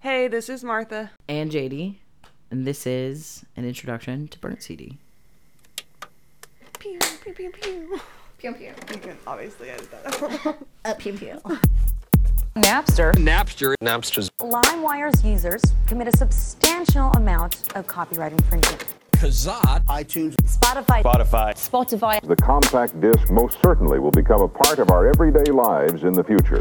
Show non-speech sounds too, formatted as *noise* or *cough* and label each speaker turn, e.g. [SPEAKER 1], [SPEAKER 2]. [SPEAKER 1] Hey, this is Martha.
[SPEAKER 2] and JD, and this is an introduction to Burnt CD.
[SPEAKER 1] Pew, pew, pew, pew.
[SPEAKER 3] Pew pew.
[SPEAKER 1] You can obviously edit that out.
[SPEAKER 3] *laughs* Uh, pew pew.
[SPEAKER 4] Napster
[SPEAKER 5] Napster. Napster's.
[SPEAKER 4] LimeWire's users commit a substantial amount of copyright infringement.
[SPEAKER 5] Kazaa.
[SPEAKER 6] iTunes.
[SPEAKER 4] Spotify,
[SPEAKER 7] Spotify.
[SPEAKER 4] Spotify,
[SPEAKER 8] The compact disc most certainly will become a part of our everyday lives in the future.